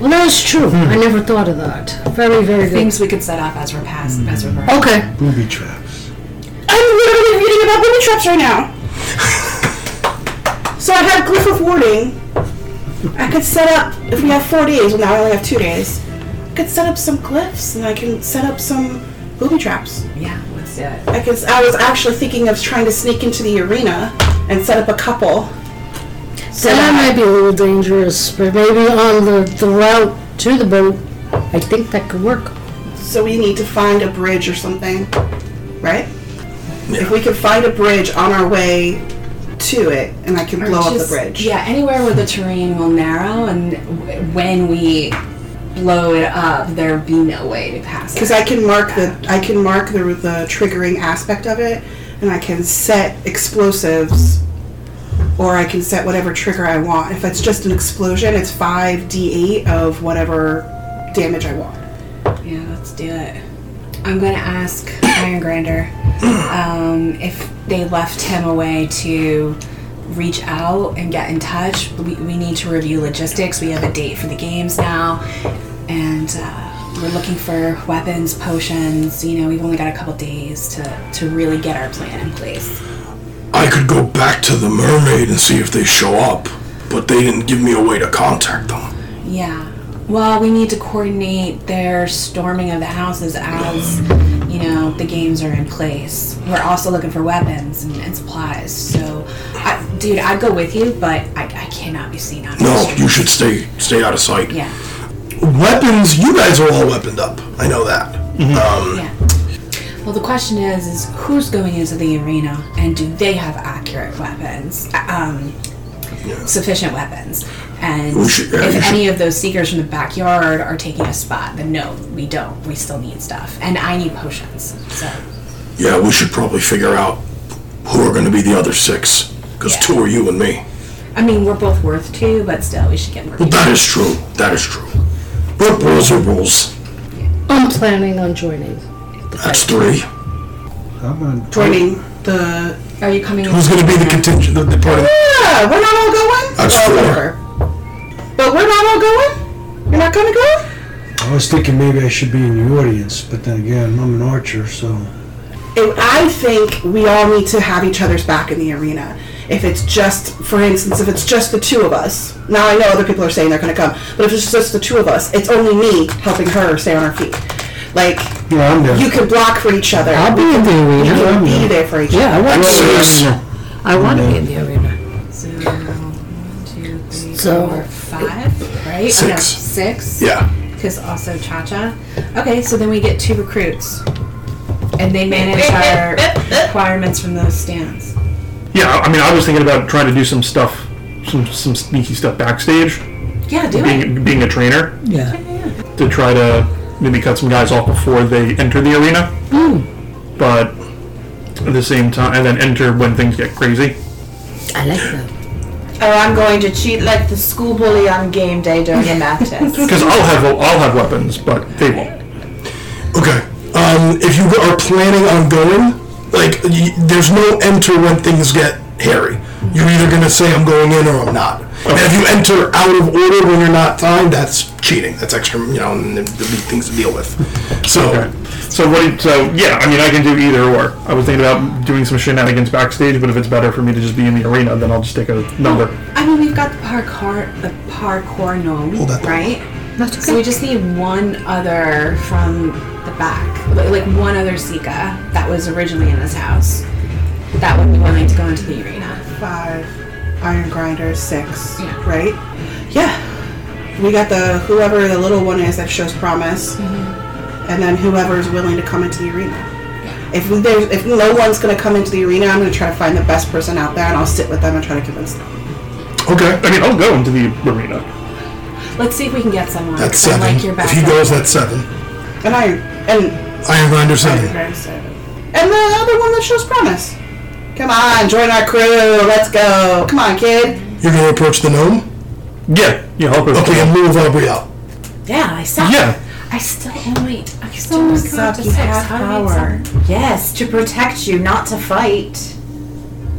Well, that is true. I never thought of that. Very, very good. Things we could set up as we're past, as Mm-hmm. we're going. Okay. Booby traps. I'm literally reading about booby traps right now. so I had glyph of warning. I could set up if we have four days. Well, now I only have two days. I could set up some glyphs, and I can set up some booby traps. Yeah, let's do it. I guess I was actually thinking of trying to sneak into the arena and set up a couple. So That that might be a little dangerous, but maybe on the, the route to the boat, I think that could work. So we need to find a bridge or something, right? If we could find a bridge on our way to it, and I can blow up the Just- bridge. Yeah, anywhere where the terrain will narrow, and w- when we blow it up, there'll be no way to pass Because it. I can mark the I can mark the the triggering aspect of it, and I can set explosives, or I can set whatever trigger I want. If it's just an explosion, it's five d8 of whatever damage I want. Yeah, let's do it. I'm gonna ask Iron Grinder um, if they left him a way to reach out and get in touch. We, we need to review logistics. We have a date for the games now, and uh, we're looking for weapons, potions. You know, we've only got a couple days to to really get our plan in place. I could go back to the mermaid and see if they show up, but they didn't give me a way to contact them. Yeah. Well, we need to coordinate their storming of the houses as, you know, the games are in place. We're also looking for weapons and, and supplies. So, I, dude, I'd go with you, but I, I cannot be seen out on the No, street. you should stay stay out of sight. Yeah. Weapons, you guys are all weaponed up. I know that. Um, Yeah. Well, the question is, is who's going into the arena, and do they have accurate weapons? Um, sufficient weapons. And should- yeah, you if should- any of those seekers from the backyard are taking a spot, then no, we don't. We still need stuff. And I need potions. So Yeah, we should probably figure out who are going to be the other six. Because Yeah. two are you and me. I mean we're both worth two, but still we should get more Well, people. that is true. That is true. But rules are rules. I'm planning on joining. That's three. I'm on. Joining the. Are you coming Who's going to be the contingent? The, the part of Yeah, we're not all going. That's Well, four. whatever. But we're not all going. You're not going to go. I was thinking maybe I should be in the audience, but then again, I'm an archer, so. And I think we all need to have each other's back in the arena. If it's just, for instance, if it's just the two of us, now I know other people are saying they're going to come, but if it's just the two of us, it's only me helping her stay on her feet. Like, Yeah, I'm there. you can block for each other. I'll be in the You arena. can be there for each other. Yeah, I want to be in Yes. the arena. I want to be in the arena. So one, two, three, So- four, five, right? Oh, no, Six. six. Yeah. Because also Cha Cha. Okay, so then we get two recruits. And they manage our requirements from those stands. Yeah, I I mean, I was thinking about trying to do some stuff, some some sneaky stuff backstage, Yeah, do it. being being a trainer Yeah. to try to maybe cut some guys off before they enter the arena. But at the same time, and then enter when things get crazy. I like that. Oh, I'm going to cheat like the school bully on game day during a math test. Because I'll have I'll have weapons, but they won't. Okay. Um, if you are planning on going, like, y- there's no enter when things get hairy. You're either going to say, I'm going in or I'm not. And if you enter out of order when you're not timed, that's cheating. That's extra, you know, and there'll be things to deal with. So, Okay. So what? do- So yeah, I mean, I can do either or. I was thinking about doing some shenanigans backstage, but if it's better for me to just be in the arena, then I'll just take a number. I mean, we've got the parkour, the parkour gnome, that thought. right? So we just need one other from the back, li- like one other Sika that was originally in this house. That would be willing to go into the arena. Five, iron grinder, six, Yeah. right? Yeah. We got the whoever the little one is that shows promise, and then whoever is willing to come into the arena. If we- there's, if no one's gonna come into the arena, I'm gonna try to find the best person out there, and I'll sit with them and try to convince them. okay. I mean, I'll go into the arena. Let's see if we can get someone. That's 'cause I seven. Like your if he backup. goes, that's seven. And I and Iron Grinder, seven. and the other one that shows promise. Come on, join our crew. Let's go. Come on, kid. You're going to approach the gnome? Yeah, yeah, I'll go. Okay, and move Aubrey out. Yeah, I suck. Yeah. I still am. Wait, I still am. Suck, you have power. Yes, to protect you, not to fight.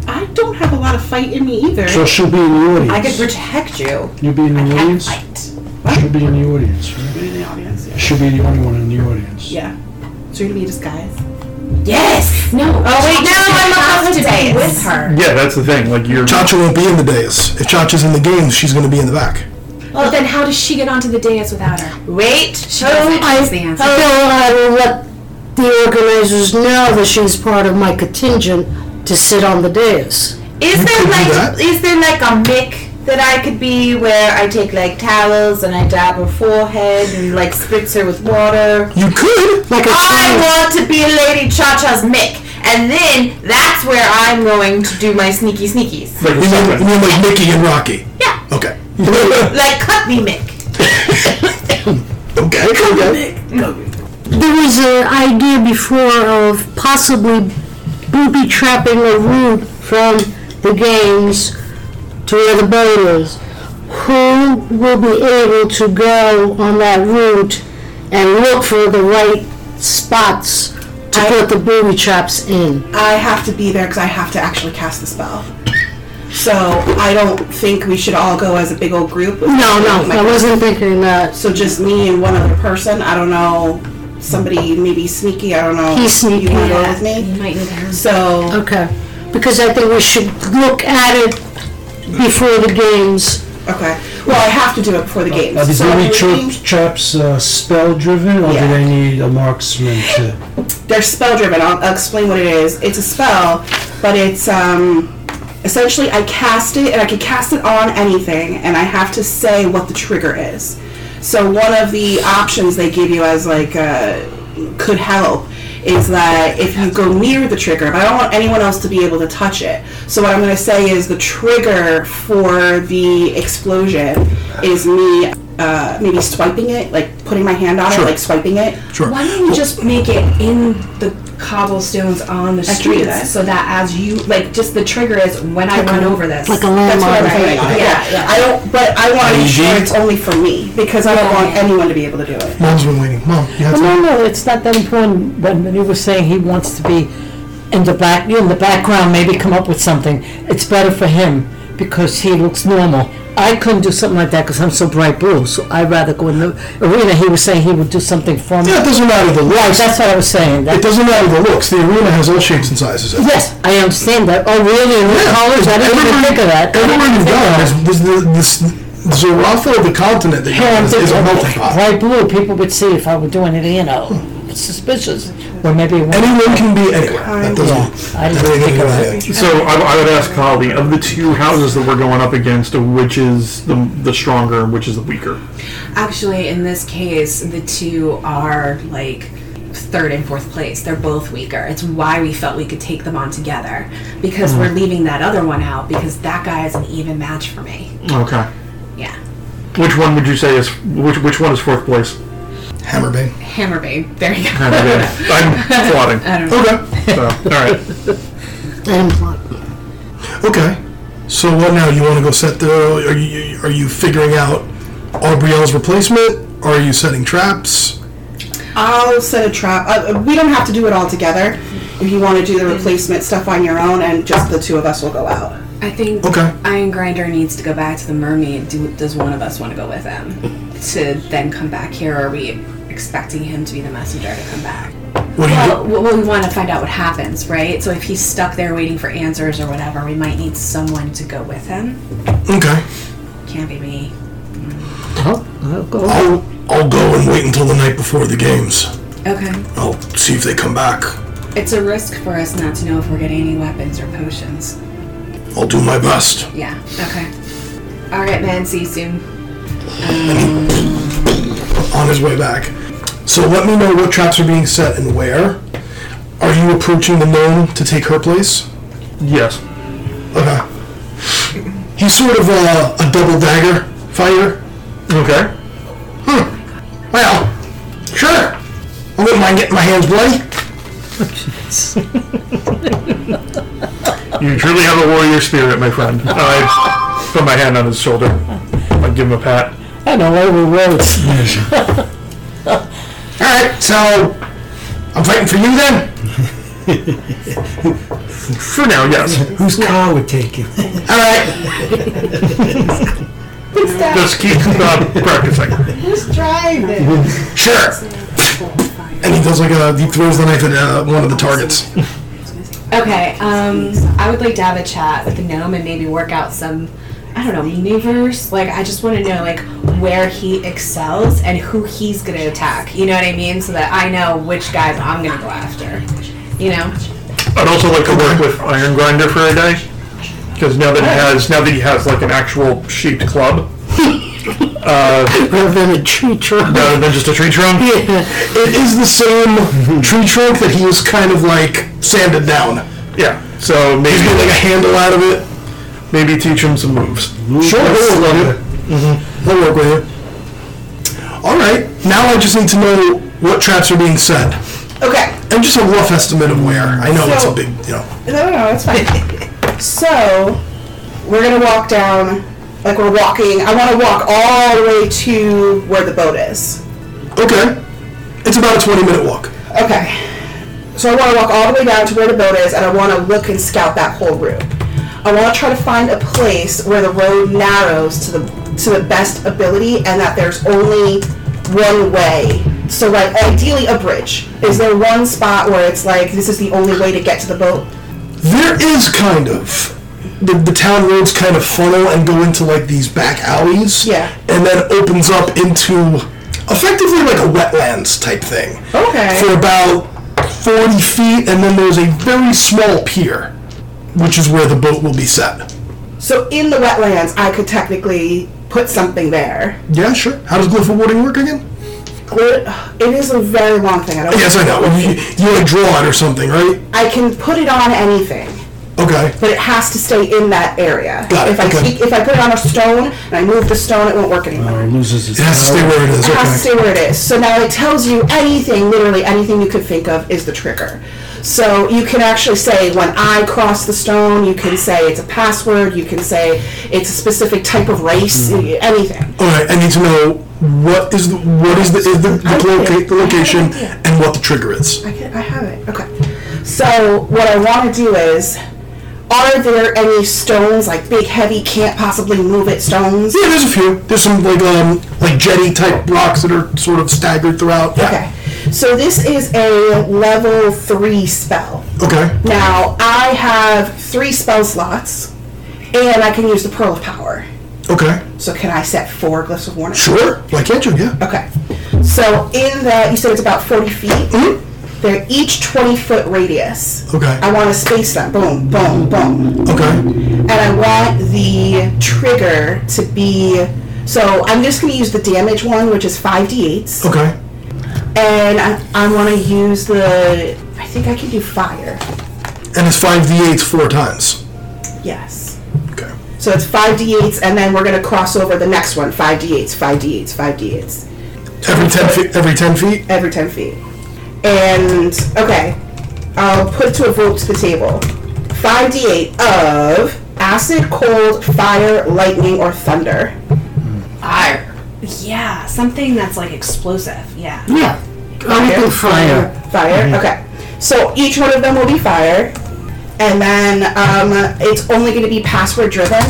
I don't have a lot of fight in me either. So she'll be in the audience. I could protect you. You'll be in I the can't audience? fight. She'll be in the audience, right? in the audience. Yeah. She'll be the only one in the audience. yeah. So you're gonna be disguised. Yes. No. Oh wait, no, I'm have allowed to to be dance. with her. Yeah, that's the thing. Like you're. Chacha won't be in the dais. If Chacha's in the games, she's going to be in the back. Well, then how does she get onto the dais without her? Wait, doesn't. hold. I That's the feel answer. I will let the organizers know that she's part of my contingent to sit on the dais. Is could there do like that. is there like a mic that I could be where I take like towels and I dab her forehead and like spritz her with water? You could. Like a Ah! I train. want to be Lady Cha Cha's Mick, and then that's where I'm going to do my sneaky sneakies. Like a You mean, second. you mean like Mickey and Rocky? Yeah, Okay. like cut me Mick. okay. Okay. There was an idea before of possibly booby trapping a route from the games to where the boat is. Who will be able to go on that route and look for the right spots to put the booby traps in? I have to be there because I have to actually cast the spell. So I don't think we should all go as a big old group. No, no, I wasn't thinking that. So just me and one other person. I don't know. Somebody maybe sneaky. I don't know. He's sneaky. You want to go with me? You might need her. So Okay, because I think we should look at it before the games. okay. Well, I have to do it before the games. Are the so booby I'm tra- thinking traps uh, spell driven, or do Yeah. they need a marksman to? they're spell driven. I'll, I'll explain what it is. It's a spell, but it's um. Essentially, I cast it, and I can cast it on anything, and I have to say what the trigger is. So one of the options they give you as like uh, could help is that if you go near the trigger, but I don't want anyone else to be able to touch it. So what I'm going to say is the trigger for the explosion is me uh, maybe swiping it, like putting my hand on it, like swiping it. Sure. Why don't you just make it in the cobblestones on the can do streets that. so that as you like, just the trigger is when I run over this. Like a That's what I'm landmark. saying. Yeah, Right. Yeah, yeah. I don't, but I want to make sure Easy. it's only for me because I don't want anyone to be able to do it. Mom's been waiting. Mom, you have But to. no, no, it's not that important. When he was saying he wants to be in the back, in the background, maybe come up with something. It's better for him because he looks normal. I couldn't do something like that because I'm so bright blue. So I'd rather go in the arena. He was saying he would do something for me. Yeah, it doesn't matter the Right, looks. that's what I was saying. It That, doesn't matter the looks. The arena has all shapes and sizes. in it. yes, I understand that. Oh, really? And the colors? I didn't even Everywhere- think of that. Everywhere you've Yeah. gone, there's, there's the, this Zarafa of the continent that Yeah, you're I'm on is, is a thinking, melting pot. bright blue, people would see if I were doing it, you know, suspicious. Or maybe it wouldn't. Anyone can be anywhere. That doesn't. that I didn't doesn't think mean of anything. So I, I would ask Caldi, of the two houses that we're going up against, which is the, the stronger and which is the weaker? Actually, in this case, the two are like third and fourth place. They're both weaker. It's why we felt we could take them on together because we're leaving that other one out because that guy is an even match for me. Okay. Yeah. Which one would you say is which? Which one is fourth place? Hammerbane. Hammer babe. There you Uh-huh. go. I'm plotting. Okay. So, all right. And plot. Okay. So what now? You want to go set the? Are you are you figuring out Aubriel's replacement? Are you setting traps? I'll set a trap. Uh, we don't have to do it all together. If you want to do the replacement stuff on your own, and just the two of us will go out. I think Okay. Iron Grinder needs to go back to the mermaid. Do, does one of us want to go with him to then come back here? Or are we expecting him to be the messenger to come back? What do you do? Well, w- well, we want to find out what happens, right? So if he's stuck there waiting for answers or whatever, we might need someone to go with him. Okay. Can't be me. I'll I'll go and wait until the night before the games. Okay. I'll see if they come back. It's a risk for us not to know if we're getting any weapons or potions. I'll do my best. Yeah. Okay. All right, man. See you soon. on his way back. So let me know what traps are being set and where. Are you approaching the gnome to take her place? Yes. Okay. He's sort of a, a double dagger fighter. Okay. Hmm. Well, sure. I wouldn't mind getting my hands bloody. You truly have a warrior spirit, my friend. I put my hand on his shoulder. I give him a pat. I know, I will wait. All right, so I'm fighting for you then. For now, yes. Whose car would take you? All right. Just keep uh, practicing. Sure. And he does like a he throws the knife at uh, one of the targets. Okay. Um, I would like to have a chat with the gnome and maybe work out some, I don't know, maneuvers. Like I just want to know like where he excels and who he's gonna attack. You know what I mean? So that I know which guys I'm gonna go after. You know. I'd also like to work with Iron Grinder for a day, because now that he has now that he has like an actual shaped club Rather than a tree trunk. rather than just a tree trunk. It is the same tree trunk that he is kind of like sanded down. Yeah. So He's got like a maybe handle out of it. maybe teach him some moves. Sure, we'll work with it. We'll work with it. Mm-hmm. All right, now I just need to know what traps are being set. Okay. And just a rough estimate of where. I know it's a So- big, you know. No, no, no, it's fine. so, we're gonna walk down, like we're walking. I want to walk all the way to where the boat is. Okay, it's about a 20 minute walk. Okay. So I want to walk all the way down to where the boat is, and I want to look and scout that whole route. I want to try to find a place where the road narrows to the to the best ability, and that there's only one way. So, like, ideally, a bridge. Is there one spot where it's like this is the only way to get to the boat? There is kind of. The, the town roads kind of funnel and go into like these back alleys. Yeah. And then opens up into effectively like a wetlands type thing. Okay. For about 40 feet, and then there's a very small pier, which is where the boat will be set. So in the wetlands, I could technically put something there. Yeah, sure. How does glyphal warding work again? glit- It is a very long thing. I don't. Yes, I know. You, you like draw it or something, right? I can put it on anything, Okay. but it has to stay in that area. Got it, If I okay. keep, if I put it on a stone and I move the stone, it won't work anymore. Or loses its It has to stay power. where it is. It has Okay. to stay where it is. So now it tells you anything, literally anything you could think of is the trigger. So you can actually say when I cross the stone, you can say it's a password, you can say it's a specific type of race, Mm-hmm. anything. All right. I need to know what is the what is the is the, the, loca- the location and what the trigger is. I, can, I have it. Okay. So what I want to do is, are there any stones like big, heavy, can't possibly move it stones? Yeah, there's a few. There's some like um like jetty type rocks that are sort of staggered throughout. Yeah. Okay. So this is a level three spell. Okay. Now I have three spell slots, and I can use the Pearl of Power. Okay. So can I set four glyphs of warning? Sure. Why can't you? Yeah. Okay. So in that, you said it's about 40 feet. They're each 20 foot radius. Mm-hmm. Okay. I want to space them. Boom, boom, boom. Okay. And I want the trigger to be. So I'm just going to use the damage one, which is 5d8s. Okay. And I, I want to use the. I think I can do fire. And it's five d8s four times. Yes. Okay. So it's 5d8s, and then we're going to cross over the next one 5d8s, 5d8s, 5d8s. Every ten feet. Every ten feet. every 10 feet. And, okay, I'll put to a vote to the table 5d8 of acid, cold, fire, lightning, or thunder. Yeah, something that's like explosive. Yeah. Yeah. Anything fire. Fire, Mm-hmm. okay. So each one of them will be fire. And then um, it's only going to be password driven.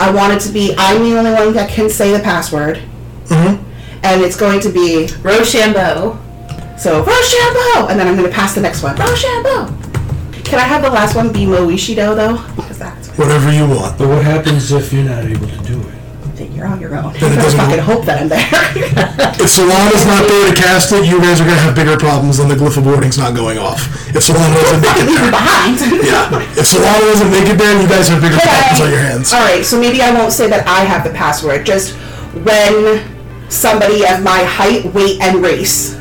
I want it to be I'm the only one that can say the password. Mm-hmm. And it's going to be Rochambeau. So Rochambeau, and then I'm gonna pass the next one. Rochambeau. Can I have the last one be Moishido though? Because that's Whatever you want. But what happens if you're not able to do it? you're on your own. it I doesn't fucking work. hope that I'm there. If Solana's not there to cast it, you guys are gonna have bigger problems than the glyph of warning's not going off. If Solana doesn't make it there, Behind. yeah. If Solana doesn't make it there, you guys have bigger problems on your hands. All right. So maybe I won't say that I have the password. Just when somebody of my height, weight, and race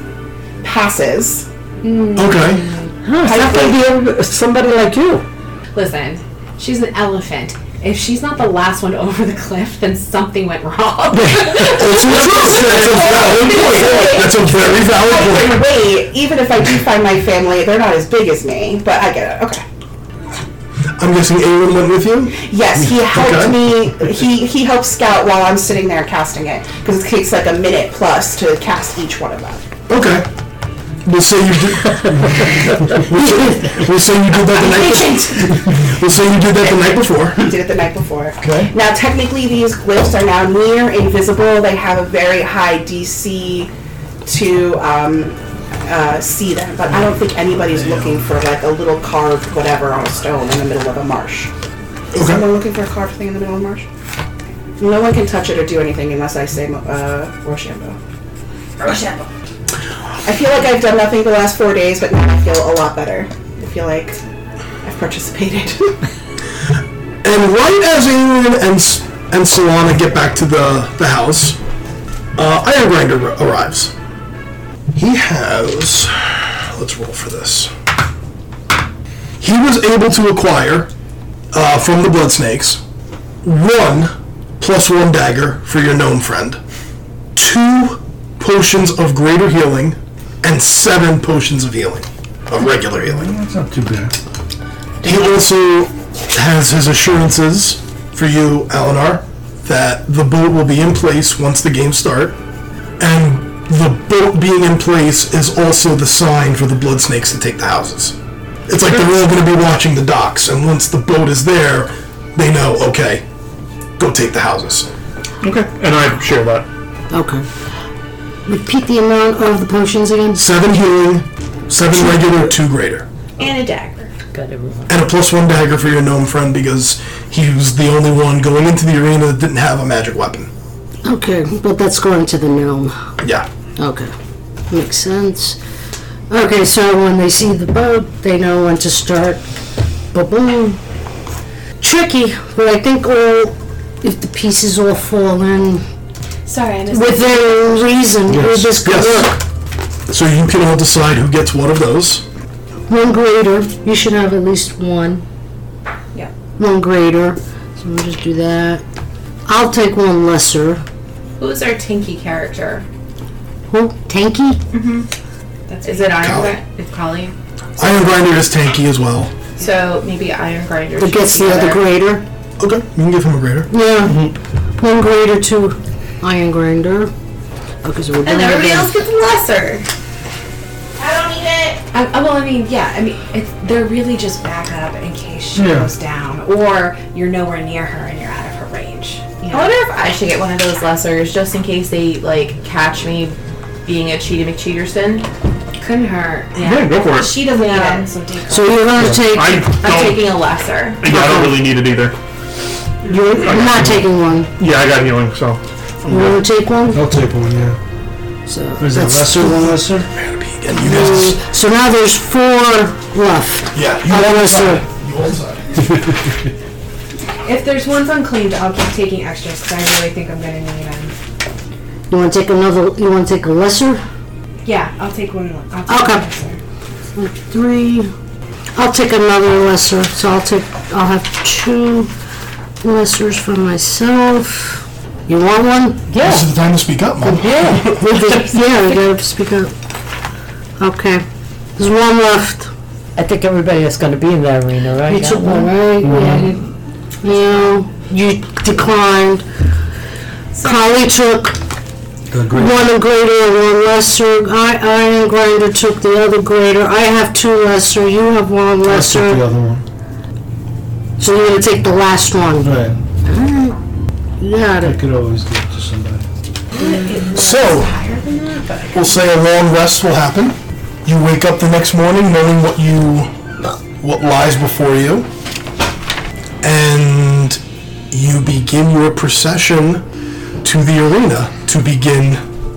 passes. Okay. Huh, it's not going to be somebody like you. Listen, she's an elephant. If she's not the last one over the cliff, then something went wrong. That's, a- that's a valid point. That's a very valid point. And weight. Even if I do find my family, they're not as big as me. But I get it. Okay. I'm guessing Aelin went with you? Yes, he helped Okay. me. He he helped scout while I'm sitting there casting it because it takes like a minute plus to cast each one of them. Okay. We'll say you did. we'll, say, we'll say you did that the night before. We'll say you did that the night before. He did it the night before. Okay. Now technically these glyphs are now near invisible. They have a very high DC to um, uh, see them, but I don't think anybody's looking for like a little carved whatever on a stone in the middle of a marsh. Is Okay. someone looking for a carved thing in the middle of a marsh? No one can touch it or do anything unless I say uh, Rochambeau. I feel like I've done nothing the last four days, but now I feel a lot better. I feel like I've participated. And right as Aelin and, S- and Solana get back to the, the house, uh, Iron Grinder ar- arrives. He has. Let's roll for this. He was able to acquire uh, from the Blood Snakes one plus one dagger for your gnome friend, two potions of greater healing, and seven potions of healing, of regular healing. That's not too bad. He also has his assurances for you, Alinar, that the boat will be in place once the games start. And the boat being in place is also the sign for the blood snakes to take the houses. It's like they're all going to be watching the docks, and once the boat is there, they know, okay, go take the houses. Okay. And I share that. Okay. Repeat the amount of the potions again. Seven healing, seven regular, two greater. And a dagger. Got everyone. And a plus one dagger for your gnome friend because he was the only one going into the arena that didn't have a magic weapon. Okay, but that's going to the gnome. Yeah. Okay, makes sense. Okay, so when they see the boat, they know when to start. Ba-boom. Tricky, but I think all, if the pieces all fall in, Sorry, I missed within reason, it Yes, just could yes. work. So you can all decide who gets one of those. One grader, you should have at least one. Yeah. One grader, so we'll just do that. I'll take one lesser. Who's our Tinky character? Who? Tanky? That's Is it Iron Colleen. Grinder? It's Colleen. Iron Grinder is tanky as well. So maybe Iron Grinder. That should gets be the there. other grader. Okay, you can give him a grader. Yeah. One grader, two iron grinder. Okay, so we're doing And it everybody again. else gets lesser. I don't need it. I, I- well, I mean, yeah. I mean, it's, they're really just backup in case she Yeah. goes down, or you're nowhere near her and you're out of her range. You I know? wonder if I should get one of those lessers just in case they like catch me being a cheaty McCheaterston. Couldn't hurt. Yeah, Yeah. go for it. She doesn't Yeah. need it. So, take So you're gonna take, I I'm don't. taking a lesser. Yeah, I don't really need it either. you're not taking one. Yeah, I got healing, so. You wanna take one? I'll take one, yeah. So Is that that's lesser than lesser? And you guys, two. So now there's four left. yeah, you I'll all lesser. decide. You all decide. If there's ones unclaimed, I'll keep taking extras because I really think I'm gonna need them. You wanna take another, you wanna take a lesser? Yeah, I'll take one. I'll take Okay. One extra. Three. I'll take another lesser, so I'll take, I'll have two lessers for myself. You want one? This is the time to speak up, Mom. Yeah, with the- yeah, you gotta speak up. Okay, there's one left. I think everybody that's going to be in that arena, right? You got took one, right? Yeah, you- No, you declined. Carly took The grader. one grader and one lesser. I, Iron Grinder took the other grader. I have two lesser, uh, you have one I'll take the lesser. other one. So you're gonna take the last one. Right. You got I it. could always give it to somebody. So, we'll say a long rest will happen. You wake up the next morning knowing what you, what lies before you, and you begin your procession to the arena to begin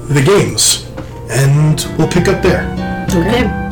the games, and we'll pick up there. Okay.